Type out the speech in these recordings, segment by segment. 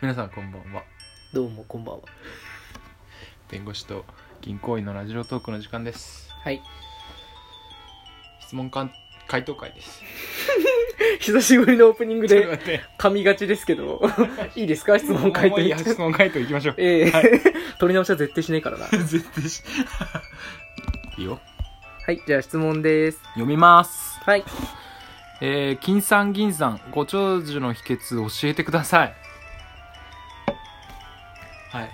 皆さんこんばんはどうもこんばんは。弁護士と銀行員のラジオトークの時間ですはい。質問かん回答会です久しぶりのオープニングちょっとで待って噛みがちです けど、いいですか質問回も答ういいや質問回答いきましょうええはい 取り直しは絶対しないからな。絶対しいいよはい、じゃあ質問です。読みますはい。えー、金さん銀さんご長寿の秘訣教えてくださいはい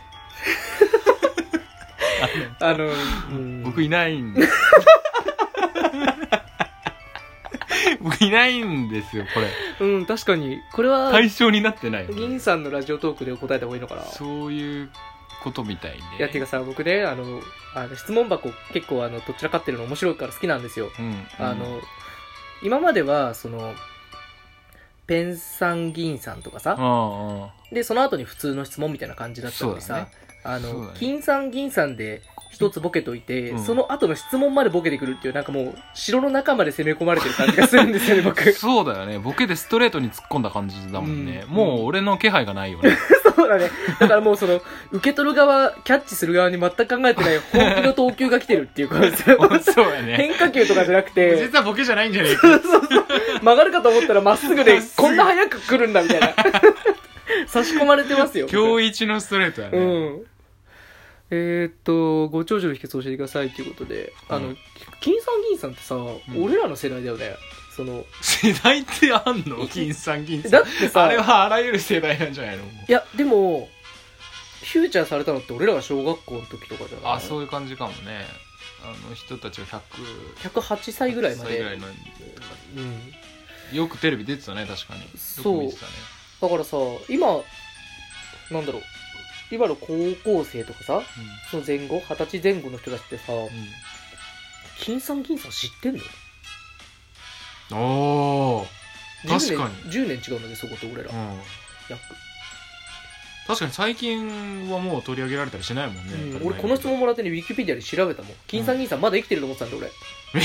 あの、うん僕いないん 僕いないんですよこれうん、確かに、これは、対象になってない銀さんのラジオトークで答えた方がいいのかな。そういうことみたいでいや、てかさ、僕ね、あの、あの質問箱結構あの、どちらかってるの面白いから好きなんですよ。うんあの、今までは、その、ペンさん銀さんとかさ、あでその後に普通の質問みたいな感じだったのにそうださ、ねあそうの、だね金さん銀さんで一つボケといて、うんその後の質問までボケてくるっていうなんかもう城の中まで攻め込まれてる感じがするんですよ ね僕あそうだよねボケでストレートに突っ込んだ感じだもんね、うんもう俺の気配がないよねそうだねだからもうその受け取る側キャッチする側に全く考えてない本気の投球が来てるっていう感じ そうやね変化球とかじゃな くて実はボケじゃないんじゃねえかそうそうそう曲がるかと思ったらまっすぐまでっすぐこんな早く来るんだみた いな差し込まれてますよ僕今日一のストレートやね、うん。えーっと、ご長寿の秘訣を教えてくださいっていうことで、あうのん、金さん銀さんってさ、ん俺らの世代だよね。その、世代ってあんの金さん銀さんだってさ、あれはあらゆる世代なんじゃないのいや、でも、フューチャーされたのって俺らが小学校の時とかじゃないあそういう感じかもねあの人たちは100 108歳ぐらいま歳で。ぐらいのうん。よくテレビ出てたね確かによくそう見てたねだからさ、今、なんだろう、今の高校生とかさ、その前後、二十歳前後の人たちってさ、うん、うん金さん銀さん知ってんのおー確かに10年 ,10 年違うので、そこと俺ら。うん約確かに最近はもう取り上げられたりしないもんね、うん当たり前に俺この質 問もらってねウィキペディアで調べたもん金さん銀さんまだ生きてると思ってたんで俺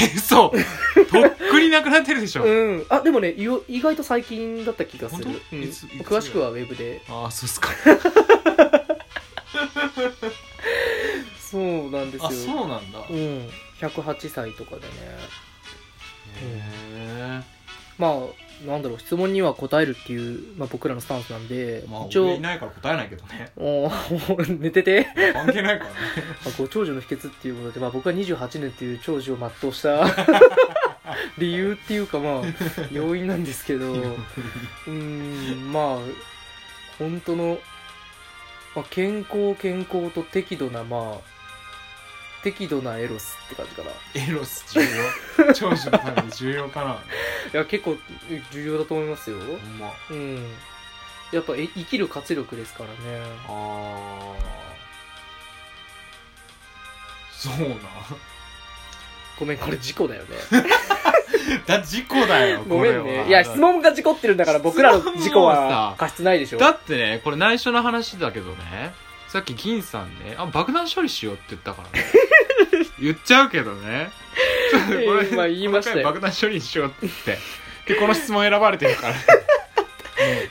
え嘘とっくになくなってるでしょ、 うんあでもねいよ意外と最近だった気がする、本う当ん、いついつ詳しくはウェブでああそうっすかそうなんですよあそうなんだ、へん108歳とかでねえまあなんだろう質問には答えるっていう、まあ、僕らのスタンスなんで、まあ一応俺いないから答えないけどね おー 寝てて、関係ないからねまあ、ご長寿の秘訣っていうことで、まあ、僕は28年っていう長寿を全うした 理由っていうかまあ要因なんですけどうーんまあ本当の、まあ、健康健康と適度なまあ適度なエロスって感じかない エロス重要長寿のために重要かなや結構え重要だと思いますよほんまうんやっぱえ生きる活力ですからねあーそうなん ごめんこれ事故だよねだ事故だよごこめれんはねいや質問が事故ってるんだから質問僕らの事故はもさ過失ないでしょだってねこれ内緒の話だけどねさっき銀さんねあ爆弾処理しようって言ったから ね言っちゃうけどねちょっとこれえーまあ言いましたよこの回爆弾処理しようって言ってでこの質問選ばれてるからね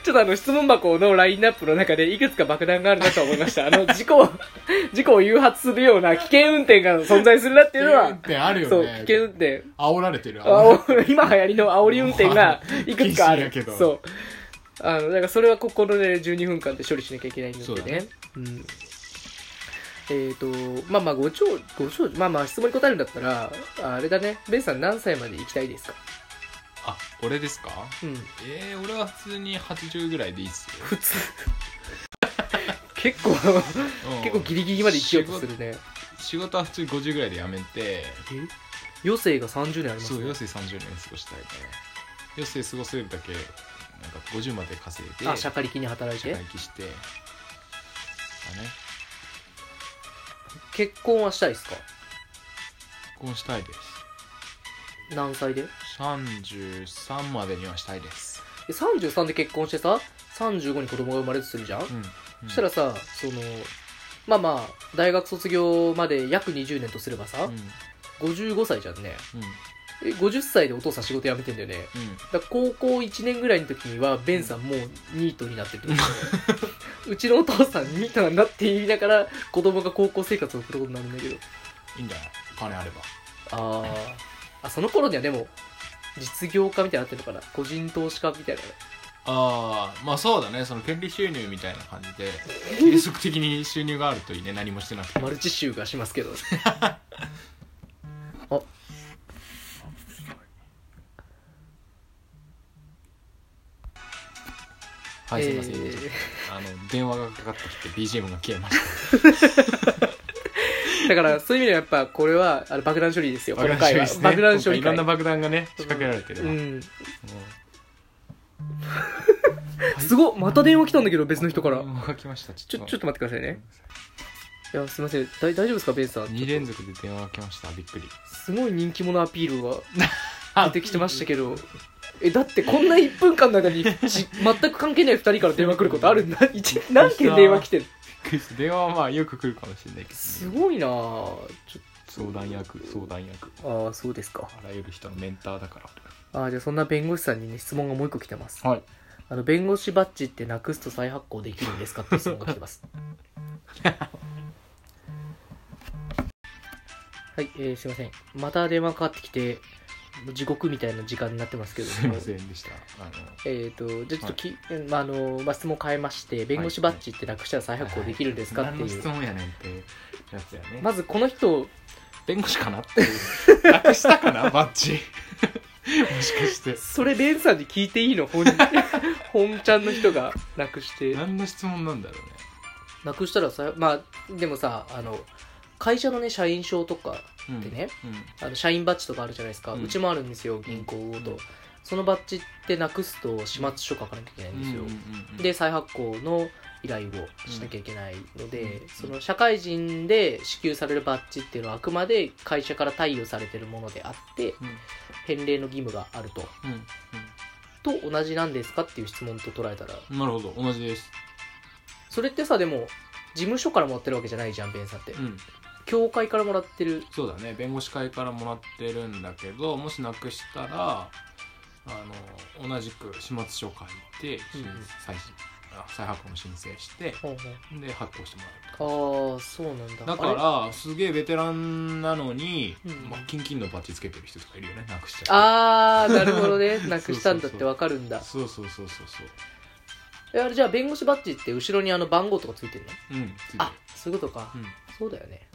ちょっとあの質問箱のラインナップの中でいくつか爆弾があるなとは思いましたあの事故を事故を誘発するような危険運転が存在するなっていうのはってあるよねそう、危険運転。煽られてるあお 今流行りの煽り運転がいくつかあ禁る。止やけどそう。あの、だからそれはここのね、12分間で処理しなきゃいけないそうのでだね。ねうん。えーと、まあまあ、ご長、ご長、まあまあ、質問に答えるんだったら、あれだね、ベンさん何歳まで行きたいですかあ俺ですかうん。えー、俺は普通に80ぐらいでいいっすよ、普通。 結構、うん 結構ギリギリまで生きようとするね。仕事は普通に50ぐらいで辞めて余生が30年ありますそうね。余生30年過ごしたいから余生過ごせるだけなんか50まで稼いであ、社会力に働い社て会。帰してだね結婚はしたいですか結婚したいです何歳で33までにはしたいですで33で結婚してさ35に子供が生まれるとするじゃん、うん、そしたらさそのまあまあ大学卒業まで約20年とすればさ、うんうん55歳じゃんねえ50歳でお父さん仕事辞めてんだよねうだから高校1年ぐらいの時にはベンさんもうニートになってて うちのお父さんニートなんだって言いながら子供が高校生活を送ることになるんだけんどいいんじゃない金あればあーあその頃にはでも実業家みたいになってるのかな個人投資家みたいなああまあそうだねその権利収入みたいな感じ で継続的に収入があるといいね何もしてなくてマルチ集がしますけどあはいすいません、えーあの電話がかかってきて BGM が消えましただからそういう意味ではやっぱこれはあの爆弾処理ですよ今回は爆爆弾処弾処理ですね今回理いろんな会爆弾がね仕掛けられてるうわ、もんうすごっまた電話来たんだけど別の人から電話が来ましたちちょょっとちょっと待ってくださいねいやすいませんだい大丈夫ですかベンさん2連続で電話が来ましたびっくりすごい人気者アピール が出てきてましたけどえだってこんな1分間の中にち 全く関係ない2人から電話来ることあるな一何件電話来てるびっくり 電話はまあよく来るかもしれないけすど、ね、ごいなあちょ相談役相談役ああそうですかあらゆる人のメンターだからあーじゃあそんな弁護士さんにね質問がもう一個来てますはいあの弁護士バッジってなくすと再発行できるんですかって質問が来てます はい、えーすいませんまた電話かかってきてもう地獄みたいな時間になってますけどもすいませんでしたあのえー、とじゃあちょっとき、まああのまあ、質問変えまして弁護士バッジってなくしたら再発行できるんですかって何のい質う問やねんってやつやね、まずこの人弁護士かなって いうなくしたかなバッジもしかしてそれベンさんに聞いていいの本 本ちゃんの人がなくして何の質問なんだろうねなくしたらさまあでもさあの会社のね社員証とかうんでね、うんあの社員バッジとかあるじゃないですか、ううんちもあるんですよ銀行と、うんそのバッジってなくすと始末書書かなきゃいけないんですよ、で再発行の依頼をしなきゃいけないので、うんその社会人で支給されるバッジっていうのはあくまで会社から貸与されてるものであってうん返礼の義務があるとうんと同じなんですかっていう質問と捉えたらうんなるほど同じですそれってさでも事務所からもらってるわけじゃないじゃんベンさんって、うん協会からもらってるそうだね弁護士会からもらってるんだけどもしなくしたらあの同じく始末書書いてうんうん再審あ再発行の申請してで発行してもらうああそうなんだだあれからすげえベテランなのに、うんまあ、キンキンのバッジつけてる人とかいるよねなくしちゃっあーなるほど ねうなくしたんだってわかるんてだそうそうそうそうそうえあれじじゃあ弁護士バッジって後ろにあの番号とかついてるのうんついてるあそういうことか、うんそうだよね